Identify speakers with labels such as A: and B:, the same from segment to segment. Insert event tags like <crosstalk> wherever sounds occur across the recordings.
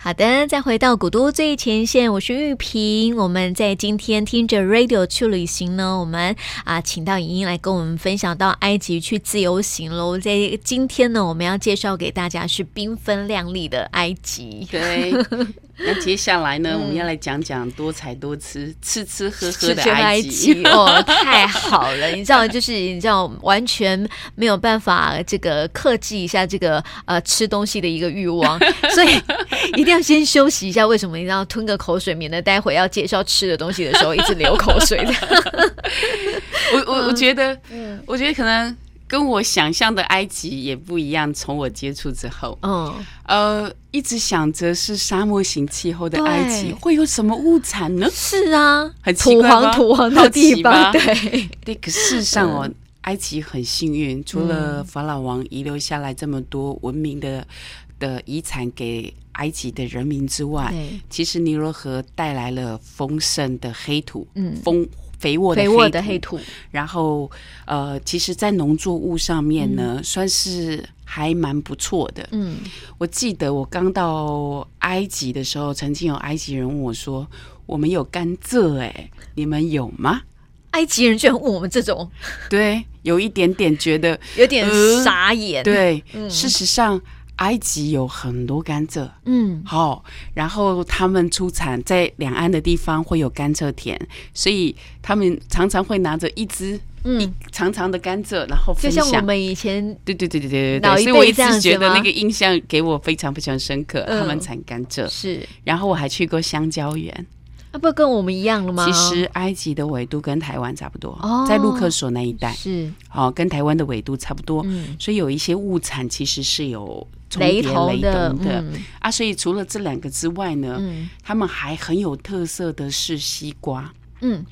A: 好的，再回到古都最前线，我是玉萍。我们在今天听着 radio 去旅行呢，我们啊请到莹莹来跟我们分享到埃及去自由行喽。在今天呢，我们要介绍给大家是缤纷亮丽的埃及。
B: 对，那接下来呢，我们要来讲讲多彩多姿、吃吃喝喝
A: 是
B: 的
A: 去埃
B: 及。 <laughs>
A: 及哦，太好了！你知道，就是你知道，完全没有办法这个克制一下这个呃吃东西的一个欲望，所
B: <laughs>
A: 以一定要先休息一下。为什么一定要吞个口水，免得待会要介绍吃的东西的时候一直流口水
B: <laughs>
A: 这样
B: 我我我觉得，
A: 嗯
B: 我觉得可能跟我想象的埃及也不一样。从我接触之后，
A: 嗯，
B: 呃，一直想着是沙漠型气候的埃及
A: 对
B: 会有什么物产呢？
A: 是啊，
B: 很奇
A: 土
B: 怪
A: 黄
B: 吧
A: 土黄
B: 好
A: 的
B: 奇
A: 地方，嗯
B: 吧 <laughs>
A: 对，
B: 对，可事实上哦，埃及很幸运，除
A: 嗯
B: 了法老王遗留下来这么多文明的的遗产给埃及的人民之外
A: 对，
B: 其实尼罗河带来了丰盛的黑土，
A: 嗯
B: 丰肥沃的
A: 肥
B: 黑
A: 沃
B: 土。
A: 的黑土，
B: 然后，呃，其实，在农作物上面呢，算是还蛮不错的。
A: 嗯，
B: 我记得我刚到埃及的时候，曾经有埃及人问我说：“我们有甘蔗、欸，哎，你们有吗
A: 埃及人居然问我们这种，？”
B: 对，有一点点
A: <laughs>
B: 觉得
A: 有点
B: 嗯
A: 傻眼，，
B: 对，事实上，埃及有很多甘蔗，
A: 嗯，
B: 好、然后他们出产在两岸的地方会有甘蔗田，所以他们常常会拿着一支
A: 嗯
B: 一长长的甘蔗，然后
A: 就
B: 分
A: 像我
B: 享。
A: 们以前
B: 对对对对对对
A: 老
B: 对，
A: 一
B: 所以我
A: 辈
B: 一
A: 这样
B: 直觉
A: 子
B: 得
A: 吗
B: 那个印象给我非常非常深刻。
A: 嗯
B: 他们产甘蔗，
A: 是，
B: 然后我还去过香蕉园。
A: 那啊不跟我们一样了吗？
B: 其实埃及的纬度跟台湾差不多，
A: 哦
B: 在陆克索那一带，
A: 是，
B: 哦，跟台湾的纬度差不多，
A: 嗯，
B: 所以有一些物产其实是有重叠
A: 雷
B: 雷
A: 同的，
B: 同的
A: 嗯
B: 啊。所以除了这两个之外呢，
A: 嗯
B: 他们还很有特色的是西瓜，
A: 嗯，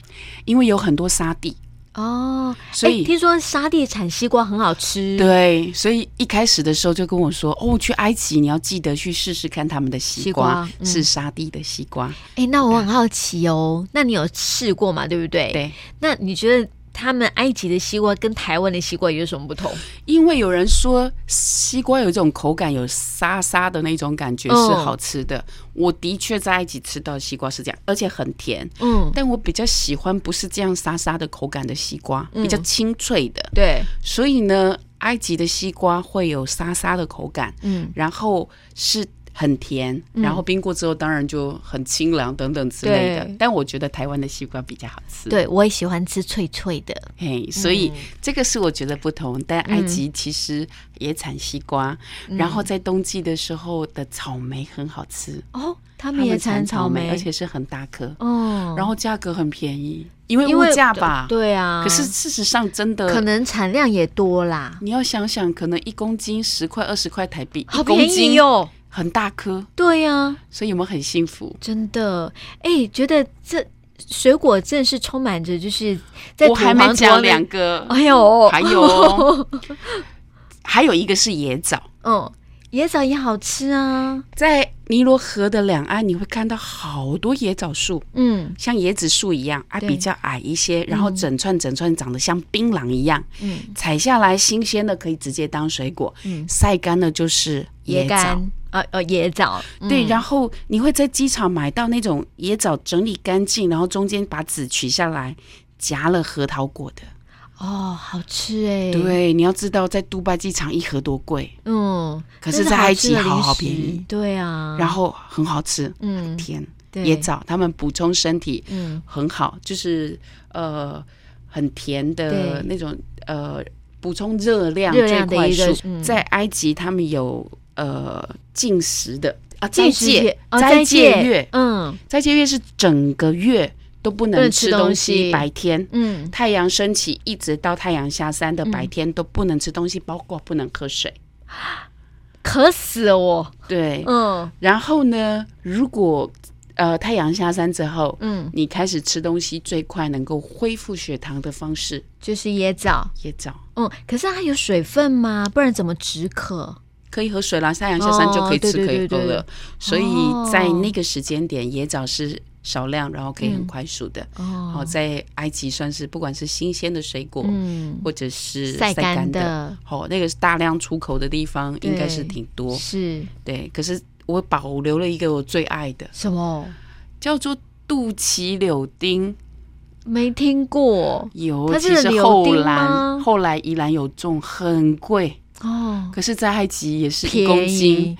B: 因为有很多沙地，
A: 哦，
B: 所
A: 哎
B: 以
A: 听说沙地产西瓜很好吃，，
B: 对，所以一开始的时候就跟我说，哦，去埃及你要记得去试试看他们的西瓜
A: 西瓜嗯
B: 是沙地的西瓜，
A: 哎，那我很好奇哦，那你有试过嘛？对不对？，
B: 对，
A: 那你觉得他们埃及的西瓜跟台湾的西瓜有什么不同？
B: 因为有人说西瓜有一种口感，有沙沙的那种感觉是
A: 哦
B: 好吃的。我的确在埃及吃到西瓜是这样，而且很甜。
A: 嗯，
B: 但我比较喜欢不是这样沙沙的口感的西瓜，
A: 嗯
B: 比较清脆的。
A: 对，
B: 所以呢，埃及的西瓜会有沙沙的口感，
A: 嗯，
B: 然后是很甜，然后冰过之后当然就很清凉等等之类的
A: 对。
B: 但我觉得台湾的西瓜比较好吃。
A: 对嗯我也喜欢吃脆脆的，
B: 嘿，所以这个是我觉得不
A: 嗯
B: 同。但埃及其实也产西瓜，然后在冬季的时候的草莓很好吃，
A: 哦，他
B: 他
A: 们也
B: 产
A: 产草莓，
B: 而且是很大颗，
A: 哦，
B: 然后价格很便宜，因为
A: 因
B: 物
A: 为
B: 价吧。
A: 对啊，
B: 可是事实上，真
A: 可
B: 的。
A: 能产量也多啦，
B: 你要想想，可能一公斤十块、二十块台币，
A: 好
B: 一公
A: 便
B: 斤
A: 宜哦，
B: 很大颗，
A: 对啊呀。
B: 所以我们很幸福。
A: 真的，哎、觉得这水果真的是充满着，就是在
B: 我还没讲两
A: 个，
B: 个，
A: 哎呦，<laughs>
B: 还有哦还有一个是野枣，
A: 嗯，野枣也好吃啊，
B: 在尼罗河的两岸，你会看到好多野枣树，
A: 嗯
B: 像椰子树一样啊，
A: 对
B: 比较矮一些，然后整串整串长得像槟榔一样，
A: 嗯
B: 采下来新鲜的可以直接当水果，
A: 嗯，
B: 晒干了就是
A: 椰
B: 椰枣。
A: 干，呃呃，野枣，嗯
B: 对，然后你会在机场买到那种椰枣整理干净，然后中间把籽取下来，夹了核桃果的。
A: 哦，好吃哎、，
B: 对，你要知道，在杜拜机场一盒多贵，
A: 嗯，
B: 可
A: 真
B: 是
A: 的
B: 在
A: 好
B: 埃
A: 吃
B: 及
A: 的
B: 好
A: 零
B: 好
A: 食
B: 便宜，
A: 对啊，
B: 然
A: 后
B: 后很好吃，
A: 嗯，
B: 甜。
A: 对，
B: 野，枣，他们补充身体
A: 嗯
B: 很好，就是呃很甜的
A: 对
B: 那种呃补充热量
A: 热
B: 这
A: 量的
B: 块
A: 一个
B: 树，
A: 嗯
B: 在埃及他们有呃进食的啊斋
A: 进食
B: 戒
A: 也哦
B: 斋
A: 斋
B: 戒
A: 戒
B: 月
A: 嗯
B: 斋戒月是整个月都不
A: 不
B: 能
A: 能吃
B: 吃
A: 东
B: 东
A: 西
B: 西，白天。
A: 嗯，
B: 太阳升起一直到太阳下山的白
A: 嗯
B: 天都不能吃东西，包括不能喝水。
A: 渴死了我，
B: 对，
A: 嗯
B: 然后呢，如果呃太阳下山之后，
A: 嗯，
B: 你开始吃东西最快能够恢复血糖的方式，
A: 就是野枣，
B: 也早
A: 嗯，可是它有水分吗？不然怎么止渴？
B: 可以喝水啦，太阳下山就可以吃、
A: 哦对
B: 可
A: 对
B: 以喝
A: 对对
B: 了。所以在那个时间点，野枣是少量，然后可以很快速的。
A: 哦
B: 好、在埃及算是不管是新鲜的水果，
A: 嗯，
B: 或者是
A: 晒
B: 干哦
A: 干的
B: 好、那个是大量出口的地方应该是
A: 对
B: 挺多。
A: 是
B: 对，可是我保留了一个我最爱的，
A: 什么？
B: 叫做肚脐柳丁。
A: 没听过
B: 有，
A: 它
B: 其
A: 是
B: 实
A: 柳
B: 后
A: 丁吗
B: 来后来宜兰有种很贵，
A: 哦，
B: 可是，在埃及也是一公
A: 便宜
B: 斤，，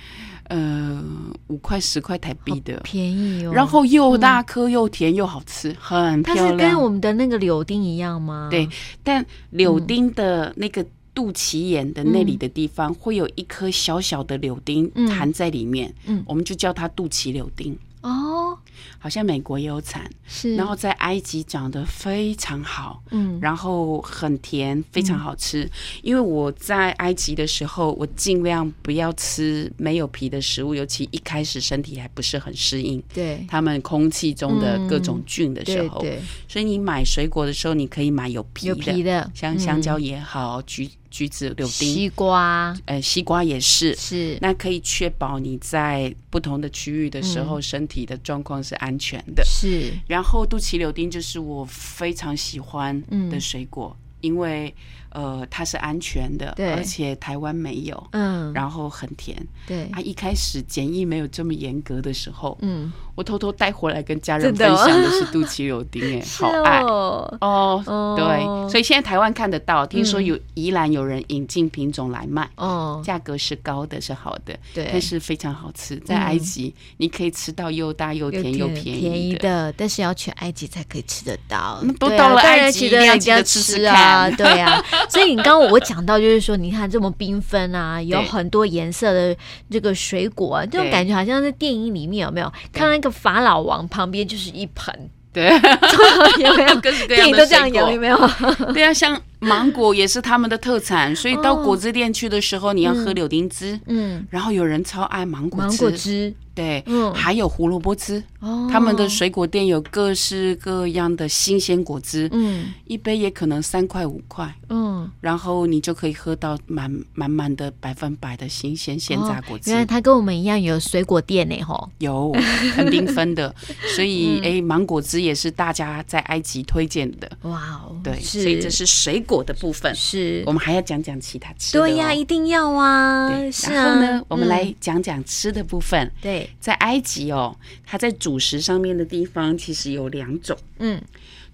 B: 呃，五块十块台币的，
A: 便宜哦。
B: 然后又大颗又甜又好吃，很
A: 它
B: 漂
A: 是跟
B: 亮。
A: 我们的那个柳丁一样吗？
B: 对，但柳
A: 嗯
B: 丁的那个肚脐眼的那里的地方，会有一颗小小的柳丁
A: 嗯
B: 含在里面，
A: 嗯
B: 我们就叫它肚脐柳丁。
A: 哦，
B: 好像美国也有产，
A: 是。
B: 然后在埃及长得非常好，
A: 嗯，
B: 然后很甜，非常好吃。因为我在埃及的时候，我尽量不要吃没有皮的食物，尤其一开始身体还不是很适应
A: 对嗯
B: 他们空气中的各种菌的时
A: 对
B: 候，
A: 对，
B: 所以你买水果的时候，你可以买有皮
A: 有
B: 的，
A: 皮的，
B: 像
A: 嗯
B: 香蕉也好，橘橘子、柳丁，
A: 西瓜
B: 呃，西瓜也是。
A: 是
B: 那可以确保你在不同的区域的时
A: 嗯
B: 候，身体的状况是安全的。
A: 是
B: 然后肚脐柳丁就是我非常喜欢
A: 嗯
B: 的水果，因为呃它是安全的，
A: 对
B: 而且台湾没有，
A: 嗯，
B: 然后很甜。
A: 对
B: 啊，一开始检疫没有这么严格的时候，
A: 嗯，
B: 我偷偷带回来跟家
A: 真
B: 人分
A: 的哦
B: 享的是肚脐柳丁、
A: <laughs>
B: 哎、好爱。
A: 哦，
B: 哦，
A: 哦嗯
B: 对，所以现在台湾看得到，听说有宜兰有人引进品种来卖，
A: 哦，
B: 价格是高的，是好的，
A: 对
B: 但是非常好吃。在埃及，你可以吃到又大
A: 有
B: 又甜又便
A: 便
B: 宜
A: 宜
B: 的
A: 的，但是要去埃及才可以吃得到。
B: 嗯都
A: 对
B: 到了
A: 啊、当
B: 埃
A: 然
B: 及
A: 记
B: 一定要
A: 人
B: 记得
A: 家
B: 吃吃
A: 吃啊，
B: 看
A: <laughs> 对啊。所以你刚刚我讲到就是说，你看这么缤纷
B: <laughs>
A: 啊，有
B: 对
A: 很多颜色的这个水果、啊，这种
B: 对
A: 感觉好像在电影里面有没有？看到那个法老王旁边就是一盆，
B: <laughs>
A: <laughs>
B: 对，
A: 有没
B: <laughs>
A: 有？
B: 各
A: <laughs>
B: 式各
A: 电
B: 样
A: 影
B: 的
A: 都这样
B: 水
A: 有，
B: 果
A: 有没
B: <laughs>
A: 有？
B: 对啊，像芒果也是他们的特产，所以到
A: 哦
B: 果汁店去的时候，你要喝柳丁汁。
A: 嗯，
B: 然后有人超爱芒果
A: 芒
B: 汁，
A: 果汁
B: 对，
A: 嗯
B: 还有胡萝卜汁。
A: 哦，
B: 他们的水果店有各式各样的新鲜果汁，
A: 嗯
B: 一杯也可能三块五块，
A: 嗯，
B: 然后你就可以喝到满满满的百分百的新鲜现榨果
A: 哦
B: 汁，
A: 原来他跟我们一样有水果店呢，吼。
B: 有很缤
A: <laughs>
B: 纷的。所
A: 嗯
B: 以，哎、芒果汁也是大家在埃及推荐的，
A: 哇哦，
B: 对，所
A: 是
B: 以这是水果的部分。
A: 是
B: 我们还要讲讲其他吃的、哦，
A: 对呀、一定要啊！
B: 对
A: 是
B: 然
A: 啊，
B: 后呢，我们
A: 嗯
B: 来讲讲吃的部分。
A: 对，
B: 在埃及哦，它在主食上面的地方其实有两种，
A: 嗯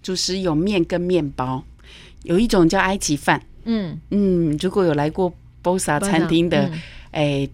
B: 主食有面跟面包，有一种叫埃及饭。
A: 嗯
B: 嗯，如果有来过 Bosa 餐厅的哎、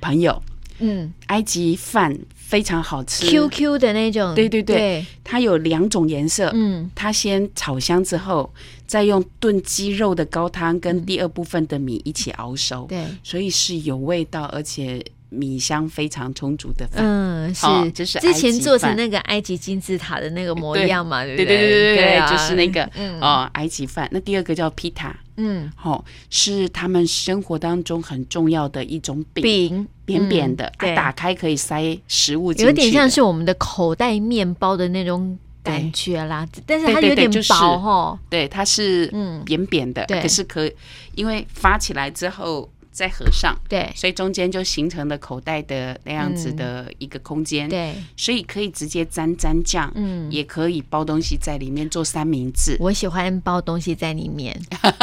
B: 朋友，
A: 嗯
B: 埃及饭非常好吃。
A: ，QQ 的那种，
B: 对对对
A: 对，
B: 它有两种颜色，
A: 嗯
B: 它先炒香之后，再用炖鸡肉的高汤跟第二部分的米一起熬熟，
A: 对，
B: 所以是有味道，而且米香非常充足的饭。
A: 嗯是，
B: 哦这是
A: 之
B: 埃及
A: 前做成
B: 饭
A: 那个埃及金字塔的那个模
B: 对
A: 样嘛，对不
B: 对
A: 对
B: 对嗯对对对，
A: 啊
B: 就是那个、
A: 嗯
B: 哦，埃及饭。那第二个叫皮塔，
A: 嗯
B: 哦，是他们生活当中很重要的一种饼，
A: 饼
B: 扁扁
A: 嗯
B: 的，啊
A: 对，
B: 打开可以塞食物进去
A: 有
B: 的，
A: 点像是我们的口袋面包的那种感
B: 对
A: 觉啦，但是
B: 对
A: 它
B: 对
A: 有
B: 对
A: 点
B: 就是
A: 薄哈，
B: 对，它是
A: 嗯
B: 扁扁的，
A: 对
B: 可是可因为发起来之后再合上，
A: 对
B: 所以中间就形成了口袋的那样子的一个空间，，
A: 嗯对，
B: 所以可以直接沾沾酱，
A: 嗯。
B: 也可以包东西在里面做三明治，
A: 我喜欢包东西在里面，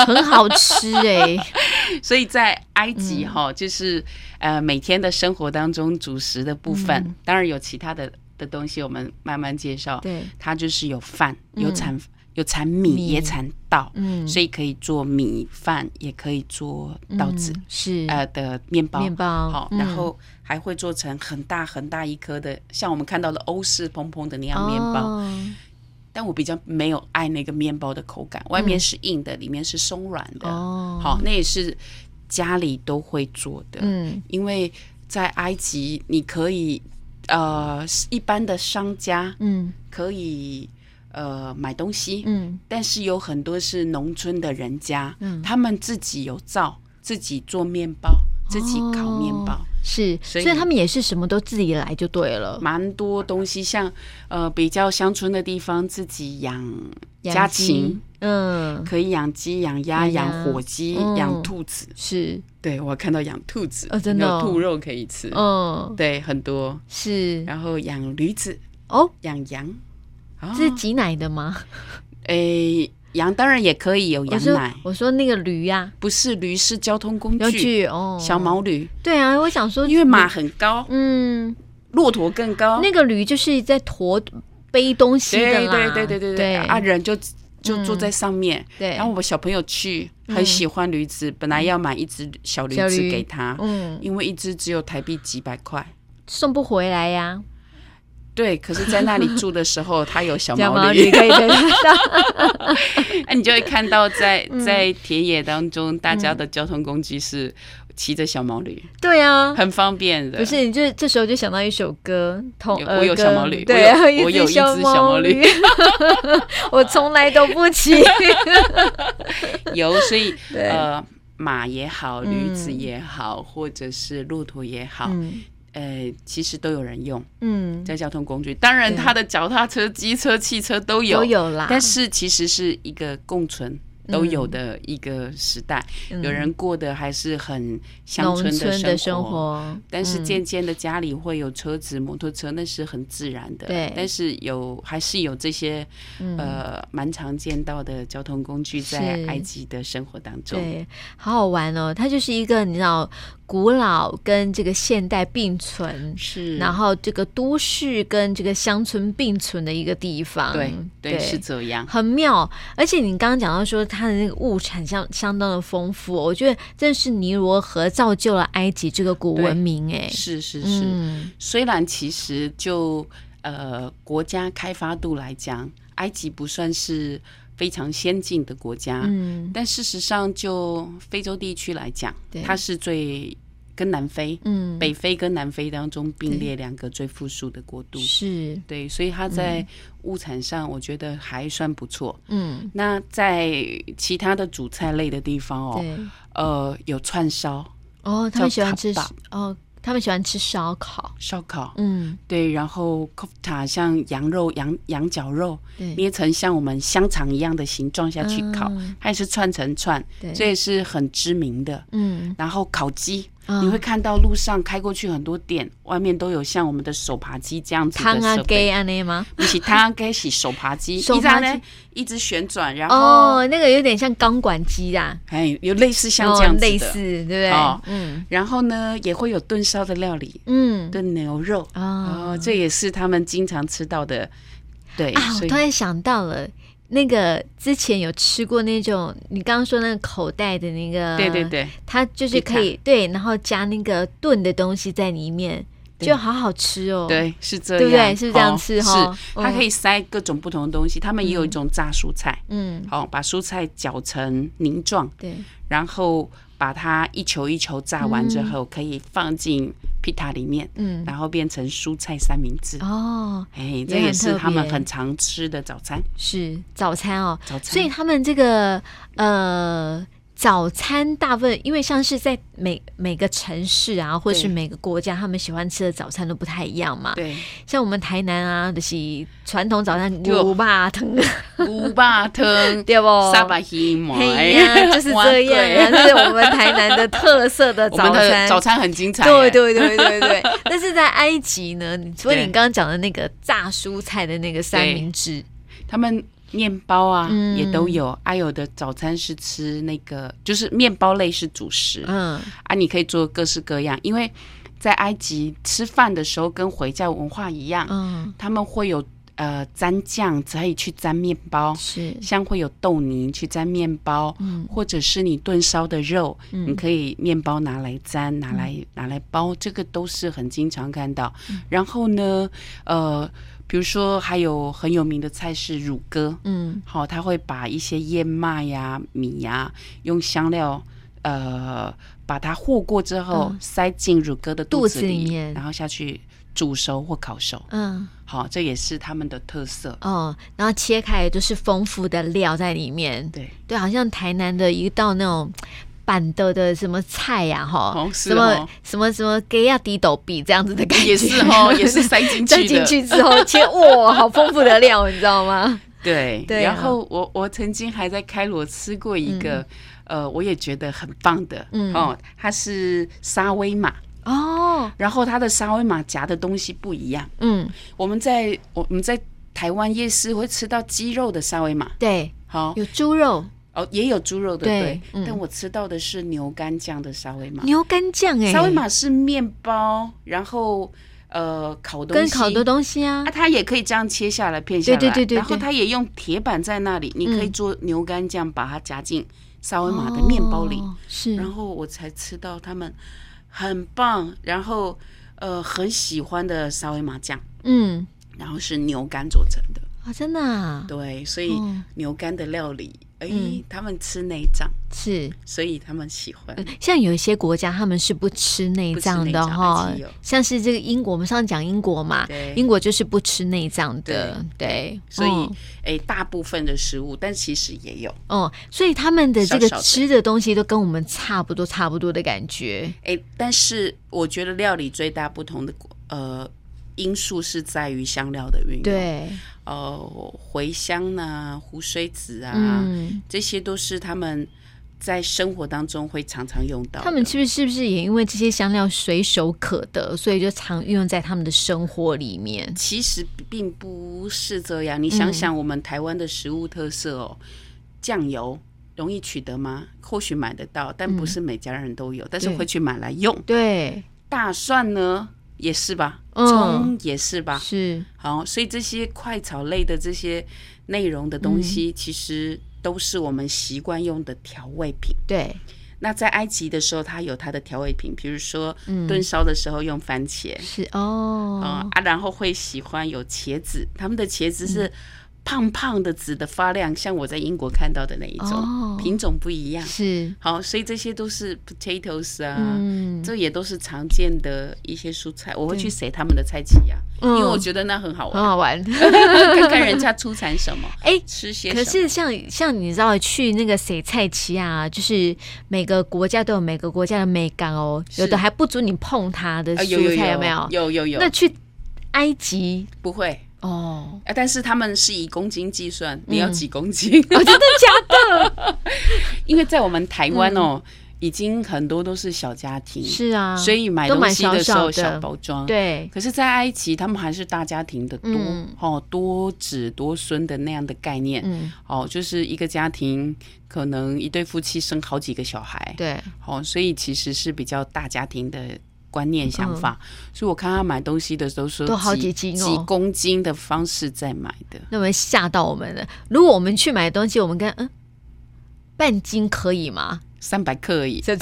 A: 很好吃哎、
B: <laughs> 所以在埃及
A: 嗯
B: 哈、就是呃每天的生活当中主食的部分，当然有其他的的东西，我们慢慢介绍。
A: 嗯对，
B: 它就是有饭，有
A: 嗯
B: 产、有产
A: 米
B: 米，也产稻，
A: 嗯，
B: 所以可以做米饭，也可以做稻子、
A: 嗯是
B: 呃的面包。
A: 面包，
B: 好、
A: 嗯
B: 然后还会做成很大很大一颗的，像我们看到的欧式蓬蓬的那样面包。
A: 哦
B: 但我比较没有爱那个面包的口感，外面是硬的，里面是松软的。
A: 哦
B: 呃好，那也是家里都会做的，
A: 嗯，
B: 因为在埃及你可以呃一般的商家
A: 嗯
B: 可以呃买东西，
A: 嗯
B: 但是有很多是农村的人家，
A: 嗯
B: 他们自己有灶，自己做面包，自己烤面包。
A: 哦是，所
B: 所
A: 以
B: 以
A: 他们也是什么都自己来就对了。
B: 蛮多东西，像呃比较乡村的地方，自己养
A: 养
B: 家
A: 鸡
B: 禽，
A: 嗯，
B: 可以养鸡、养鸭、
A: 养鸭
B: 养火鸡、
A: 嗯
B: 养兔子。
A: 是，
B: 对我看到养兔子，
A: 哦真的哦
B: 有兔肉可以吃，
A: 嗯，
B: 对，很多。
A: 是
B: 然后养驴子、
A: 哦，
B: 养羊，啊
A: 这是挤奶的吗？
B: 诶、羊当然也可以有
A: 我
B: 羊
A: 说
B: 奶，
A: 我说那个驴呀、
B: 不是驴是交通工
A: 要
B: 具，
A: 去哦，
B: 小毛驴，
A: 对啊，我想说，
B: 因为马哦很高，
A: 嗯，
B: 骆驼更高。
A: 那个驴就是在驮背东西的
B: 对
A: 啦，嗯
B: 对对对对对，啊，人就就坐在上面。
A: 对，
B: 然后我小朋友去，很喜欢驴子，本来要买一只小驴
A: 小
B: 子
A: 驴
B: 给他，
A: 嗯，
B: 因为一只只有台币几百块。
A: 送不回来呀、
B: 对，可是，在那里住的时候，他有小
A: 这样
B: 毛
A: 吗？
B: 驴 <laughs>
A: 你，可以陪他到
B: 哎，你就会看到在
A: 嗯
B: 在田野当中，大家的交通工具是骑着小毛驴，
A: 对啊。
B: 很方便的。
A: 不是，你就这时候就想到一首歌，童
B: 有
A: 儿
B: 我有
A: 歌
B: 小毛驴
A: 对啊，
B: 我有我有一只
A: 小
B: 小毛
A: 驴 <laughs>
B: 驴，
A: 我从来都不
B: <laughs>
A: 骑。
B: 有，所以
A: <laughs> 对
B: 呃，马也好，
A: 嗯
B: 驴子也好，或者是骆驼也好，
A: 嗯
B: 呃，其实都有人用
A: 嗯，
B: 在交通工具。当然，
A: 对
B: 它的脚踏车、机车、汽车都有，
A: 都有啦。
B: 但是其实是一个共存。都有的一个时代，
A: 嗯
B: 有人过的还是很乡
A: 农
B: 村的
A: 村
B: 生
A: 的生活，
B: 但是
A: 嗯
B: 渐渐的家里会有车子、摩托车，那是很自然的。
A: 对嗯
B: 但是有还是有这些、呃蛮常见到的交通工具在
A: 是
B: 埃及的生活当中。
A: 对，好好玩哦。它就是一个你知道，古老跟这个现代并存，
B: 是，
A: 然后这个都市跟这个乡村并存的一个地方。
B: 对对是这样。
A: 很妙，而且你刚刚讲到说它的那个物产相相当的丰富，我觉得正是尼罗河造就了埃及这个古文明、哎，
B: 是是是，
A: 嗯，
B: 虽然其实就呃国家开发度来讲，埃及不算是非常先进的国家，
A: 嗯
B: 但事实上就非洲地区来讲
A: 对，
B: 它是最跟南非、
A: 嗯，
B: 北非跟南非当中并列两个最富庶的国度。
A: 是，
B: 对，所以它在物产上，我觉得还算不错。
A: 嗯，
B: 那在其他的主菜类的地方哦，
A: 对，
B: 呃，有串烧、
A: 哦，他们
B: 叫
A: 喜欢吃
B: kebab
A: 哦，他们喜欢吃烧烤，
B: 烧烤，
A: 嗯，
B: 对，然后 kofta 像羊肉、羊羊角肉
A: 对，
B: 捏成像我们香肠一样的形状下去烤，
A: 嗯
B: 它也是串成串，
A: 对，
B: 这也是很知名的。
A: 嗯，
B: 然后烤鸡，
A: 啊
B: 你会看到路上开过去很多店，外面都有像我们的手扒鸡这样子
A: 汤
B: 的
A: 啊
B: 设
A: 给
B: 备。
A: 啊那吗？
B: 不是汤给是手扒鸡，
A: <laughs> 手
B: 一
A: 扒
B: 张
A: 鸡
B: 呢一直旋转，然后
A: 哦，那个有点像钢管机啊，
B: 哎有类似像这样
A: 哦
B: 子
A: 类
B: 的
A: 似，。对不对
B: 哦？
A: 嗯
B: 然后呢，也会有炖烧的料理，
A: 嗯
B: 炖牛肉
A: 啊。
B: 哦，这也是他们经常吃到的。对，
A: 啊，
B: 所
A: 我
B: 以
A: 突然想到了，那个之前有吃过那种你刚刚说那个口袋的那个，
B: 对对，对，
A: 它就是可以对，然后加那个炖的东西在里面，
B: 对
A: 就好好吃哦。，
B: 对，是这样，
A: 对不对是这样
B: 哦
A: 吃哈
B: 是，
A: 嗯
B: 它可以塞各种不同的东西。他们也有一种炸蔬菜，
A: 嗯，
B: 哦，把蔬菜搅成泥状，
A: 对，
B: 然后把它一球一球炸完之后，可以放进 pita 里面，
A: 嗯，
B: 然后变成蔬菜三明治。
A: 哦，
B: 哎，
A: 也
B: 这
A: 很
B: 也是
A: 特
B: 他们
A: 别
B: 很常吃的早餐。
A: 是早餐哦，
B: 早餐，
A: 所以他们这个呃。早餐大部分，因为像是在每每个城市啊，或是
B: 对
A: 每个国家，他们喜欢吃的早餐都不太一样嘛。
B: 对，
A: 像我们台南啊，就是传统早餐
B: 就
A: 牛肉汤，
B: 五巴
A: <laughs>
B: 汤、
A: 对不？
B: 沙巴哎希姆，
A: 哦嘿呀，就是
B: <laughs>
A: 这样，这是我们台南的特色的
B: 我们
A: 早
B: 的
A: 餐。
B: 早餐很精彩
A: 对
B: 耶，
A: 对对对
B: <laughs>
A: 对，但是在埃及呢，你除了你
B: 对
A: 刚刚讲的那个炸蔬菜的那个三明治，
B: 他们面包啊、
A: 嗯
B: 也都有，啊有的早餐是吃那个，就是面包类是主食、
A: 嗯，
B: 啊，你可以做各式各样，因为在埃及吃饭的时候跟回教文化一样，
A: 嗯，
B: 他们会有呃沾酱可以去沾面包。
A: 是，
B: 像会有豆泥去沾面包，
A: 嗯
B: 或者是你炖烧的肉，
A: 嗯
B: 你可以面包拿来沾，拿来拿来包，这个都是很经常看到。然后呢，呃，比如说还有很有名的菜是乳鸽，
A: 嗯
B: 好、他会把一些燕麦呀、米呀，用香料呃把它和过之后，
A: 嗯
B: 塞进乳鸽的
A: 肚
B: 肚
A: 子
B: 子
A: 里
B: 里，
A: 面
B: 然后下去煮熟或烤熟。
A: 嗯，
B: 好、这也是他们的特色。
A: 哦，然后切开就是丰富的料在里面，
B: 对，
A: 对，好像台南的一道那种板豆的什么菜呀，哈，
B: 哦是
A: 什么
B: 哦
A: 什么什么给亚迪斗比这样子的感觉，
B: <laughs> 也是
A: <laughs>
B: 哦，也是塞进去
A: 再
B: 的。
A: 进去之后，切哇，好丰富的料，你知道吗？
B: 对，
A: 对啊
B: 然后我我曾经还在开罗吃过一个，呃，我也觉得很棒的，
A: 嗯
B: 哦，它是沙威玛，
A: 哦，
B: 然后它的沙威玛夹的东西不一样。
A: 嗯
B: 我们在我我们在台湾夜市会吃到鸡肉的沙威玛，
A: 对，
B: 好
A: 有猪肉、
B: 哦，也有猪肉的，
A: 对
B: 对，
A: 嗯
B: 但我吃到的是牛肝酱的沙威玛。
A: 牛肝酱，哎，
B: 沙威玛是面包，然后呃烤东
A: 跟
B: 西，
A: 烤的东西啊
B: 啊，，它也可以这样切下来片下来，
A: 对对对对
B: 然后
A: 对
B: 它也用铁板在那里，你可以做牛肝酱，把它夹进沙威玛的面包里，
A: 哦是，
B: 然后我才吃到他们很棒，然后呃很喜欢的沙威玛酱，
A: 嗯，
B: 然后是牛肝做成的，
A: 啊，真的啊，
B: 对，所以
A: 嗯
B: 牛肝的料理，哎、
A: 嗯
B: 他们吃内脏，
A: 是。
B: 所以他们喜欢。
A: 像有一些国家他们是不吃内脏的哈
B: 嗯不吃内脏埃及有，
A: 像是这个英国，我们上次讲英国嘛
B: 对，
A: 英国就是不吃内脏的，对，
B: 所以
A: 哦，
B: 哎、大部分的食物，但其实也有，
A: 哦，所以他们的这个
B: 少少的
A: 吃的东西都跟我们差不多差不多的感觉，
B: 哎、但是我觉得料理最大不同的呃因素是在于香料的运用，，
A: 对，
B: 呃，茴香呐、胡荽子啊，
A: 嗯，
B: 这些都是他们在生活当中会常常用到的。
A: 他们是不是是不是也因为这些香料随手可得，所以就常运用在他们的生活里面？
B: 其实并不是这样，你想
A: 嗯
B: 想我们台湾的食物特色哦，酱油。容易取得吗？或许买得到，但不是每家人都有，但是
A: 对
B: 会去买来用。
A: 对，
B: 大蒜呢，也是吧，
A: 嗯
B: 葱啊也是吧，
A: 是，
B: 好，所以这些快炒类的这些内容的东
A: 嗯
B: 西，其实都是我们习惯用的调味品。
A: 对，
B: 那在埃及的时候，它有它的调味品，比如说
A: 嗯
B: 炖烧的时候用番茄，
A: 是
B: 啊、
A: 哦，嗯
B: 啊，然后会喜欢有茄子，他们的茄子是胖胖的、紫的发亮，像我在英国看到的那一种，
A: 哦
B: 品种不一样。
A: 是，
B: 好，所以这些都是 potatoes 啊，
A: 嗯，
B: 这也都是常见的一些蔬菜。我会
A: 对
B: 去谁他们的菜畦呀、
A: 嗯
B: 因为我觉得那很好玩
A: 很。好玩。
B: <laughs> 看看人家出产什么，
A: 哎
B: 吃些什
A: 可
B: 么。
A: 是像像你知道去那个谁菜奇啊，就是每个国家都有每个国家的美感哦，
B: 是
A: 有的还不足你碰它的
B: 啊有有
A: 蔬菜，有没有？
B: 有有有，
A: 那去埃及
B: 不会
A: 哦，
B: 啊！但是他们是以公斤计算，你要几公斤？
A: <laughs>
B: <laughs>
A: 哦，真的假的？
B: 因为在我们台
A: 嗯
B: 湾哦，已经很多都是小家庭，
A: 是啊，
B: <laughs> 所以买
A: 都
B: 东
A: 蛮
B: 西的时候
A: 小小的
B: 小包装。。
A: 对，
B: 可是，在埃及，他们还是大家庭的多、
A: 嗯
B: 哦，多子多孙的那样的概念、
A: 嗯，
B: 哦，就是一个家庭可能一对夫妻生好几个小孩， <laughs>
A: 对，
B: 哦，所以其实是比较大家庭的观念想法，所以我看他买东西的时候说
A: 嗯都好几斤
B: 斤、
A: 哦
B: 几公斤的方式在买的，
A: 那么吓到我们了。如果我们去买东西，我们跟嗯。半斤可以
B: <laughs>
A: 吗？
B: 三百克而已。
A: 这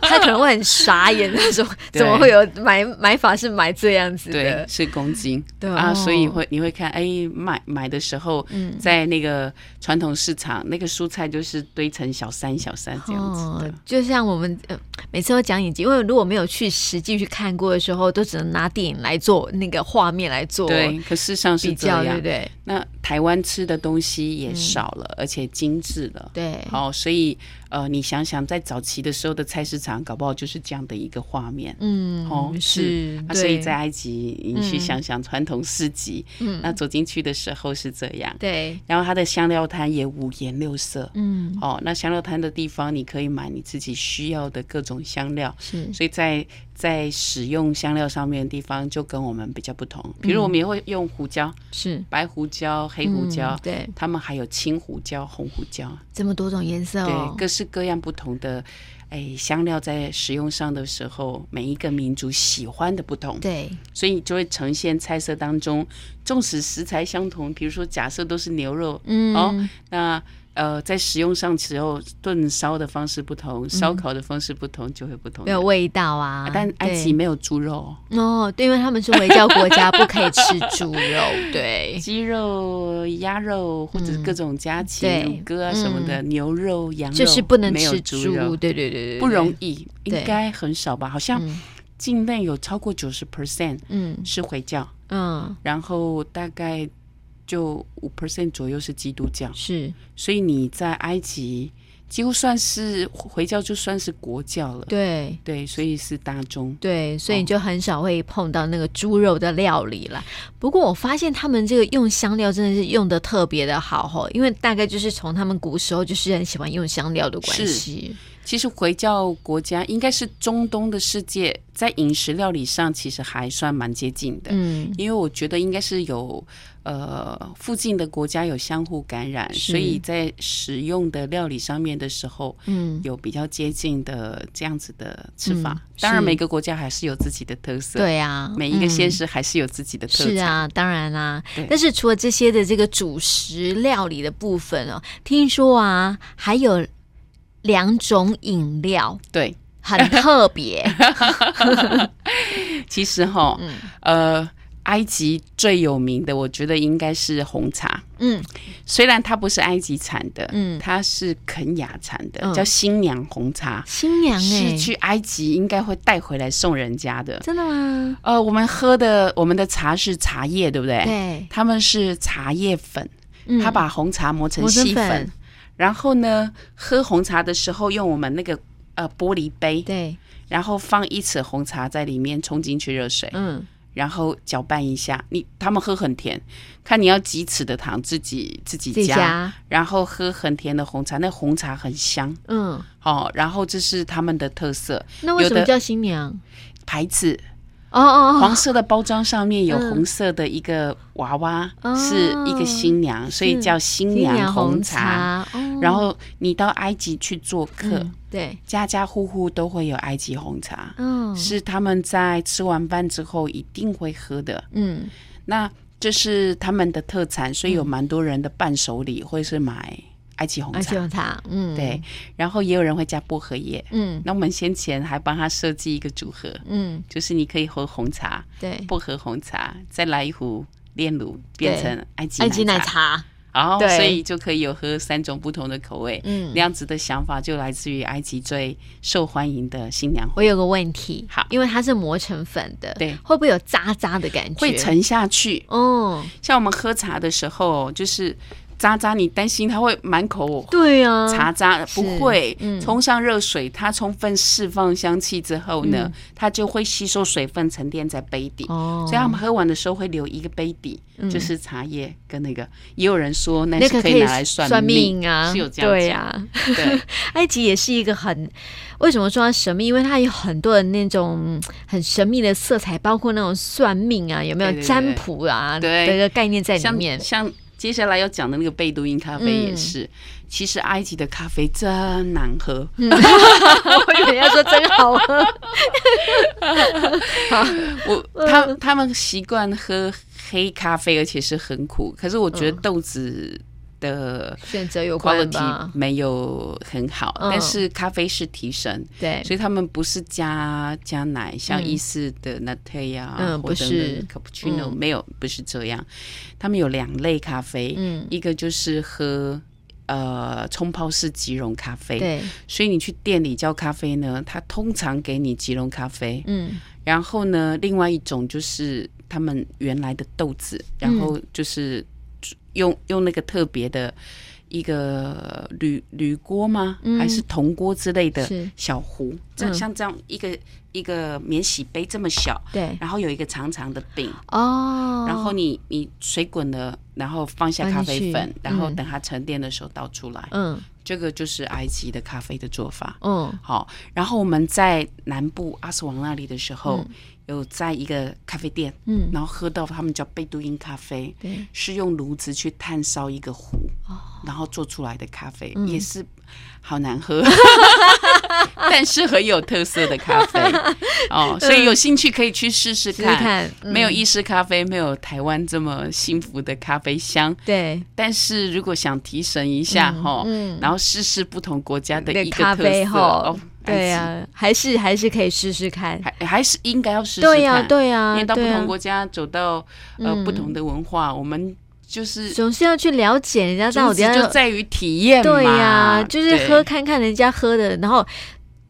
A: 他可能会很傻眼，他说
B: <laughs> 对
A: 怎么会有买买法是买这样子 <laughs>
B: 对
A: 的，？
B: 是公斤
A: 对
B: 啊，
A: 哦嗯
B: 所以会你会看，哎，买买的时候，在那个传统市场，那个蔬菜就是堆成小山小山这样子的，
A: 哦、就像我们、呃、每次都讲影集，因为如果没有去实际去看过的时候，都只能拿电影来做那个画面来做
B: 对。可事实上是
A: 哦比
B: 这
A: 较，对
B: 样
A: 不，对？
B: 那台湾吃的东西也少了，而且精致了。
A: 嗯对，
B: 好，所以呃，你想想，在早期的时候的菜市场，搞不好就是这样的一个画面。
A: 嗯，
B: 哦，
A: 是，
B: 啊，
A: 对
B: 所以在埃及，你去
A: 嗯
B: 想想传统市集，
A: 嗯
B: 那走进去的时候是这样，
A: 对，
B: 然后它的香料摊也五颜六色。
A: 嗯，
B: 哦，那香料摊的地方，你可以买你自己需要的各种香料，
A: 是
B: 所以在在使用香料上面的地方就跟我们比较不同。比如我们也会用胡椒，
A: 是
B: 白胡椒、黑胡椒，
A: 嗯对，
B: 他们还有青胡椒、红胡椒。
A: 这么多种颜色哦
B: 对，，各式各样不同的，哎，香料在使用上的时候，每一个民族喜欢的不同，
A: 对，
B: 所以就会呈现菜色当中，纵使食材相同，比如说假设都是牛肉，
A: 嗯，
B: 哦，那呃，在使用上时候，炖烧的方式不同，烧烤的方式不同，就会不同
A: 没。有味道啊
B: 啊。但埃及没有猪肉哦，
A: 对哦，对，因为他们是回教国家，不可以吃猪
B: <laughs>
A: 肉，对，
B: 鸡肉、鸭肉或者是各种家禽、
A: 对
B: 乳鸽啊什么的，牛肉、羊肉
A: 就是不能
B: 没有
A: 吃
B: 猪肉
A: 猪，对对对对，
B: 不容
A: 易，
B: 易，啊
A: 对
B: 应该很少吧？好像
A: 嗯
B: 境内有超过九十 percent
A: 嗯
B: 是回教，
A: 嗯，
B: 然后大概就五 percent 左右是基督教，
A: 是
B: 所以你在埃及几乎算是回教，就算是国教了。
A: 对。
B: 对，所以是大宗。
A: 对，
B: 哦
A: 所以你就很少会碰到那个猪肉的料理了。不过我发现他们这个用香料真的是用的特别的好哦，因为大概就是从他们古时候就是很喜欢用香料的关系。
B: 其实回教国家应该是中东的世界，在饮食料理上其实还算蛮接近的。
A: 嗯，
B: 因为我觉得应该是有呃附近的国家有相互感染，
A: 是
B: 所以在使用的料理上面的时候，
A: 嗯，
B: 有比较接近的这样子的吃法。
A: 嗯
B: 当然，
A: 是
B: 每个国家还是有自己的特色，
A: 对啊，
B: 每一个
A: 先
B: 县
A: 生。
B: 市还是有自己的特
A: 是
B: 产。
A: 啊，当然啦、
B: 对
A: 但是除了这些的这个主食料理的部分哦，听说啊，还有两种饮料
B: 对，
A: 很特别。
B: <laughs> 其实哈，
A: 嗯
B: 呃，埃及最有名的，我觉得应该是红茶。
A: 嗯，
B: 虽然它不是埃及产的，
A: 嗯
B: 它是肯雅产的，
A: 嗯
B: 叫新娘红茶，
A: 新娘哎、
B: 是去埃及应该会带回来送人家的。
A: 真的吗？
B: 呃，我们喝的我们的茶是茶叶，对不对？
A: 对，
B: 他们是茶叶粉，
A: 嗯
B: 他把红茶磨成
A: 磨成
B: 细粉，
A: 粉
B: 然后呢，喝红茶的时候用我们那个呃玻璃杯，
A: 对，
B: 然后放一匙红茶在里面冲进去热水，
A: 嗯，
B: 然后搅拌一下。你他们喝很甜，看你要几匙的糖自己自己
A: 自己
B: 加，
A: 家，
B: 然后喝很甜的红茶，那红茶很香
A: 嗯，
B: 哦。然后这是他们的特色，
A: 那为
B: 有
A: 什么
B: 的
A: 叫新娘？
B: 牌子
A: 哦哦
B: 黄
A: 哦，
B: 色的包装上面有
A: 嗯
B: 红色的一个娃娃，
A: 哦
B: 是一个新娘，所以叫新娘红茶。嗯
A: 茶，哦
B: 然后你到埃及去做客，
A: 嗯对，
B: 家家户户都会有埃及红茶，
A: 嗯
B: 是他们在吃完饭之后一定会喝的。
A: 嗯，
B: 那这是他们的特产，所以有蛮多人的伴手礼会是买埃及红
A: 而且
B: 茶，
A: 有茶，嗯，
B: 对，，然后也有人会加薄荷叶。
A: 嗯
B: 那我们先前还帮他设计一个组合，
A: 嗯，
B: 就是你可以喝红茶，
A: 对，
B: 薄荷红茶，再来一壶炼乳，变成埃及
A: 埃及奶
B: 茶，
A: 茶，
B: 然后
A: 对
B: 所以就可以有喝三种不同的口味。
A: 嗯
B: 那。样子的想法就来自于埃及最受欢迎的新娘
A: 我有个问题，
B: 好
A: 因为它是磨成粉的，
B: 对
A: 会不会有渣渣的感觉？
B: 会，沉下去。
A: 哦，
B: 像我们喝茶的时候，就是渣渣，你担心它会满口
A: 对啊，
B: 茶渣，
A: 是
B: 不会
A: 嗯。
B: 冲上热水，它充分释放香气之后
A: 嗯
B: 呢，它就会吸收水分沉淀在杯底。
A: 哦，嗯
B: 所以他们喝完的时候会留一个杯底，就是茶叶跟那个。也有人说那
A: 那
B: 是
A: 个
B: 可
A: 可
B: 以
A: 以
B: 拿来算
A: 算命啊，
B: 是有这样
A: 对
B: 讲
A: 啊， <laughs>
B: 对
A: 埃及也是一个很为什么说它神秘？因为它有很多的那种嗯很神秘的色彩，包括那种算命啊，有没有
B: 对对对
A: 占卜啊
B: 对
A: 的一个概念在里面
B: 像。像接下来要讲的那个贝都因咖啡也
A: 嗯
B: 是，其实埃及的咖啡真难喝。
A: 嗯
B: <laughs>
A: 我以为要说真好喝，嗯
B: 我他他们习惯喝黑咖啡，而且是很苦。可是我觉得豆子的
A: 选择嗯有关
B: quality
A: 吧？
B: 没有很好，
A: 嗯
B: 但是咖啡是提神，
A: 对，
B: 所以他们不是加加奶，像
A: 嗯
B: 意式的 latte 呀、
A: 嗯
B: 或
A: 不
B: 者
A: 是
B: cappuccino，、
A: 嗯
B: 没有不是这样。他们有两类咖啡，
A: 嗯，
B: 一个就是喝呃冲泡式即溶咖啡，
A: 对，
B: 所以你去店里叫咖啡呢，它通常给你即溶咖啡。
A: 嗯
B: 然后呢，另外一种就是他们原来的豆子，然后
A: 嗯
B: 就是用、用那个特别的一个铝铝锅吗？
A: 嗯
B: 还是铜锅之类的
A: 是
B: 小壶？这
A: 嗯
B: 样、像这样一个一个免洗杯这么小，
A: 对，
B: 然后有一个长长的柄，
A: 哦，
B: 然后你你水滚了，然后放下咖
A: 放进
B: 啡
A: 去
B: 粉，然后
A: 嗯
B: 等它沉淀的时候倒出来。
A: 嗯
B: 这个就是埃及的咖啡的做法。
A: 嗯
B: 好、然后我们在南部阿斯王那里的时候，有在一个咖啡店，
A: 嗯，
B: 然后喝到他们叫贝都因咖啡，
A: 对，
B: 是用炉子去炭烧一个壶，
A: 哦
B: 然后做出来的咖啡，
A: 嗯
B: 也是好难
A: <laughs>
B: 喝， <laughs> 但是很有特色的咖
A: <laughs>
B: 啡哦，所以有兴趣可以去试试
A: 嗯试
B: 看。
A: 试看，嗯
B: 没有意式咖啡，没有台湾这么幸福的咖啡香，
A: 对
B: 但是如果想提神一下哈、
A: 嗯
B: 然后试试不同国家的一
A: 对
B: 个
A: 咖
B: 特
A: 啡
B: 色
A: 哈
B: 哦，，
A: 对啊
B: 埃
A: 呀，还是还是可以试试看
B: 及，，还还是应该要试试看，
A: 对呀对呀，
B: 因为到不
A: 对啊呀
B: 同国家走到呃
A: 嗯
B: 不同的文化，我们就是
A: 总是要去了解人家到底
B: 宗旨
A: 要
B: 就在于体验嘛，
A: 对呀、就是
B: 对
A: 喝看看人家喝的，然后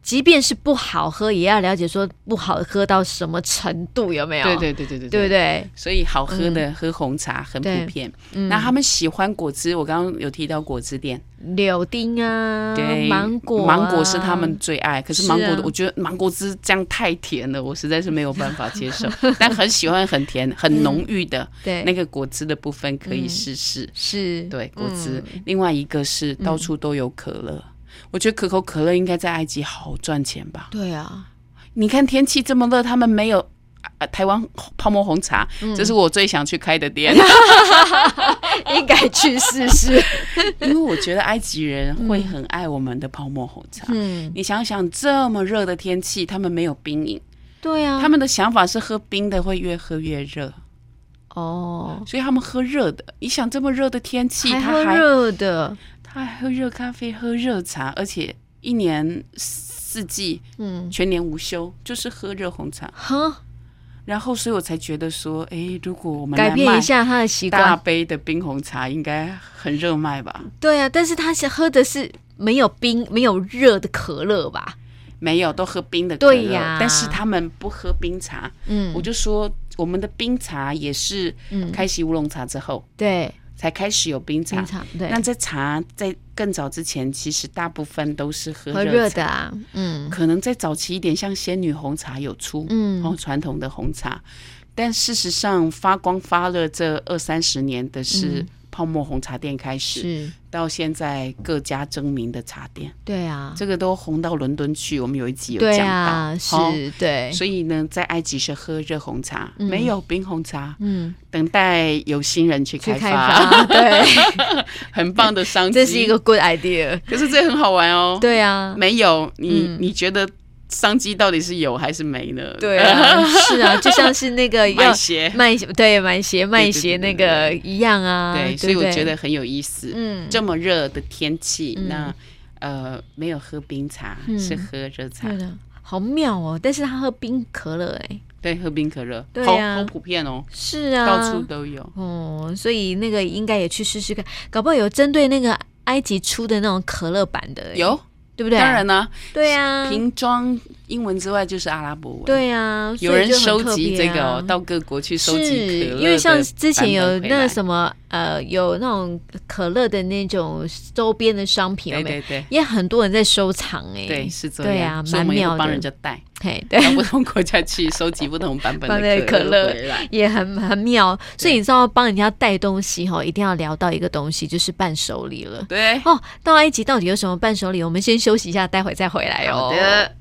A: 即便是不好喝，也要了解说不好喝到什么程度，有没有？
B: 对对对对对
A: 对不。对？
B: 所以好喝的、喝红茶很普
A: 对
B: 遍，
A: 嗯
B: 那他们喜欢果汁，我刚刚有提到果汁店，
A: 柳丁啊，
B: 对，
A: 芒果、啊
B: 芒果是他们。最爱。可是
A: 是
B: 芒果的，
A: 啊
B: 我觉得芒果汁这样太甜了，我实在是没有办法接受。但很喜欢很甜、很浓郁的、
A: 对，
B: 那个果汁的部分可以试试。
A: 是
B: 对，果汁
A: 嗯。
B: 另外一个是到处都有可乐，我觉得可口可乐应该在埃及好赚钱吧？
A: 对啊，
B: 你看天气这么热，他们没有。啊，台湾泡沫红茶，
A: 嗯
B: 这是我最想去开
A: <laughs>
B: 的店，啊
A: 应该
B: <laughs>
A: 去试试。
B: 因为我觉得埃及人会很爱我们的泡沫红茶。
A: 嗯，
B: 你想想，这么热的天气，他们没有冰饮，
A: 对啊，
B: 他们的想法是喝冰的会越喝越热，
A: 哦，
B: 所以他们喝热的。你想这么热的天气，
A: 还
B: 他
A: 喝
B: 还
A: 热的，
B: 他还喝热咖啡、喝热茶，而且一年四季
A: 嗯，
B: 全年无休，就是喝热红茶。
A: 哈，
B: 然后，所以我才觉得说，诶，如果我们
A: 改
B: 来
A: 变
B: 卖
A: 一下他的习
B: 大
A: 惯。
B: 杯的冰红茶应该很热卖吧？
A: 对啊，但是他是喝的是没有冰、没有热的可乐吧？
B: 没有，都喝冰的可乐。
A: 对呀
B: 但是他们不喝冰茶，
A: 嗯
B: 我，就说我们的冰茶也是
A: 嗯
B: 开启乌龙茶之后、
A: 对，
B: 才开始有冰茶
A: 经。常对
B: 那，在茶在更早之前，其实大部分都是喝
A: 喝
B: 热
A: 热
B: 茶。
A: 的啊，嗯
B: 可能在早期一点，像仙女红茶有出，然后
A: 嗯，
B: 哦传统的红茶，但事实上发光发热这二三十年的是
A: 嗯
B: 泡沫红茶店开始，
A: 是，
B: 到现在各家争鸣的茶店。
A: 对啊，
B: 这个都红到伦敦去，我们有一集有
A: 对
B: 讲到，
A: 啊，
B: 哦
A: 是，对，
B: 所以呢，在埃及是喝热红茶，
A: 嗯
B: 没有冰红茶，
A: 嗯，
B: 等待有心人去
A: 去
B: 开
A: 开
B: 发，
A: 发，对，
B: <laughs> 很棒的商机。
A: 这是一个，good idea，
B: 可是这很好玩哦。
A: <laughs> 对啊，
B: 没有你，
A: 嗯
B: 你觉得商机到底是有还是没呢？
A: 对
B: <laughs>
A: 啊，是啊，就像是那个要
B: 卖鞋，
A: 卖鞋，对，买鞋卖
B: 对对
A: 鞋
B: 对
A: 那
B: 对
A: 个一样啊，
B: 对，
A: 不
B: 所以我觉得，很有意思。
A: 嗯，
B: 这么热的天气，
A: 嗯
B: 那呃，没有喝冰茶，
A: 嗯
B: 是喝热茶
A: 对，的，好妙哦，但是他喝冰可乐，哎，
B: 对，喝冰可乐，
A: 对
B: 好
A: 啊
B: 好普遍哦，
A: 是啊，
B: 到处都有。
A: 哦，所以那个应该也去试试看，搞不好有针对那个埃及出的那种可乐版的，，哎
B: 有，
A: 对不对？
B: 当然，啦、
A: 对啊，
B: 瓶装英文之外就是阿拉伯文。，
A: 对啊，
B: 有
A: 所以
B: 人
A: 就很
B: 收
A: 特
B: 集
A: 别
B: 这个、
A: 啊
B: 哦，到各国去收
A: 是
B: 集可乐的版本回来。
A: 因为像之前有那什么呃，有那种可乐的那种周边的商品，有
B: 对
A: 没有？
B: 对对
A: 也很多人在收藏哎、
B: 对，是这样。
A: 对啊，
B: 所以我
A: 蛮
B: 们也
A: 妙
B: 会帮人
A: 的。
B: 家带
A: 嘿，对，
B: 到不同国家去收集不同版本
A: 放在
B: 的
A: 可乐
B: 回
A: <laughs>
B: 来。
A: 也很很妙。所以你知道，帮人家带东西哈，一定要聊到一个东西，就是伴手礼了。
B: 对，
A: 哦，到埃及到底有什么伴手礼？我们先休息一下，待会再回来哦。
B: 好的。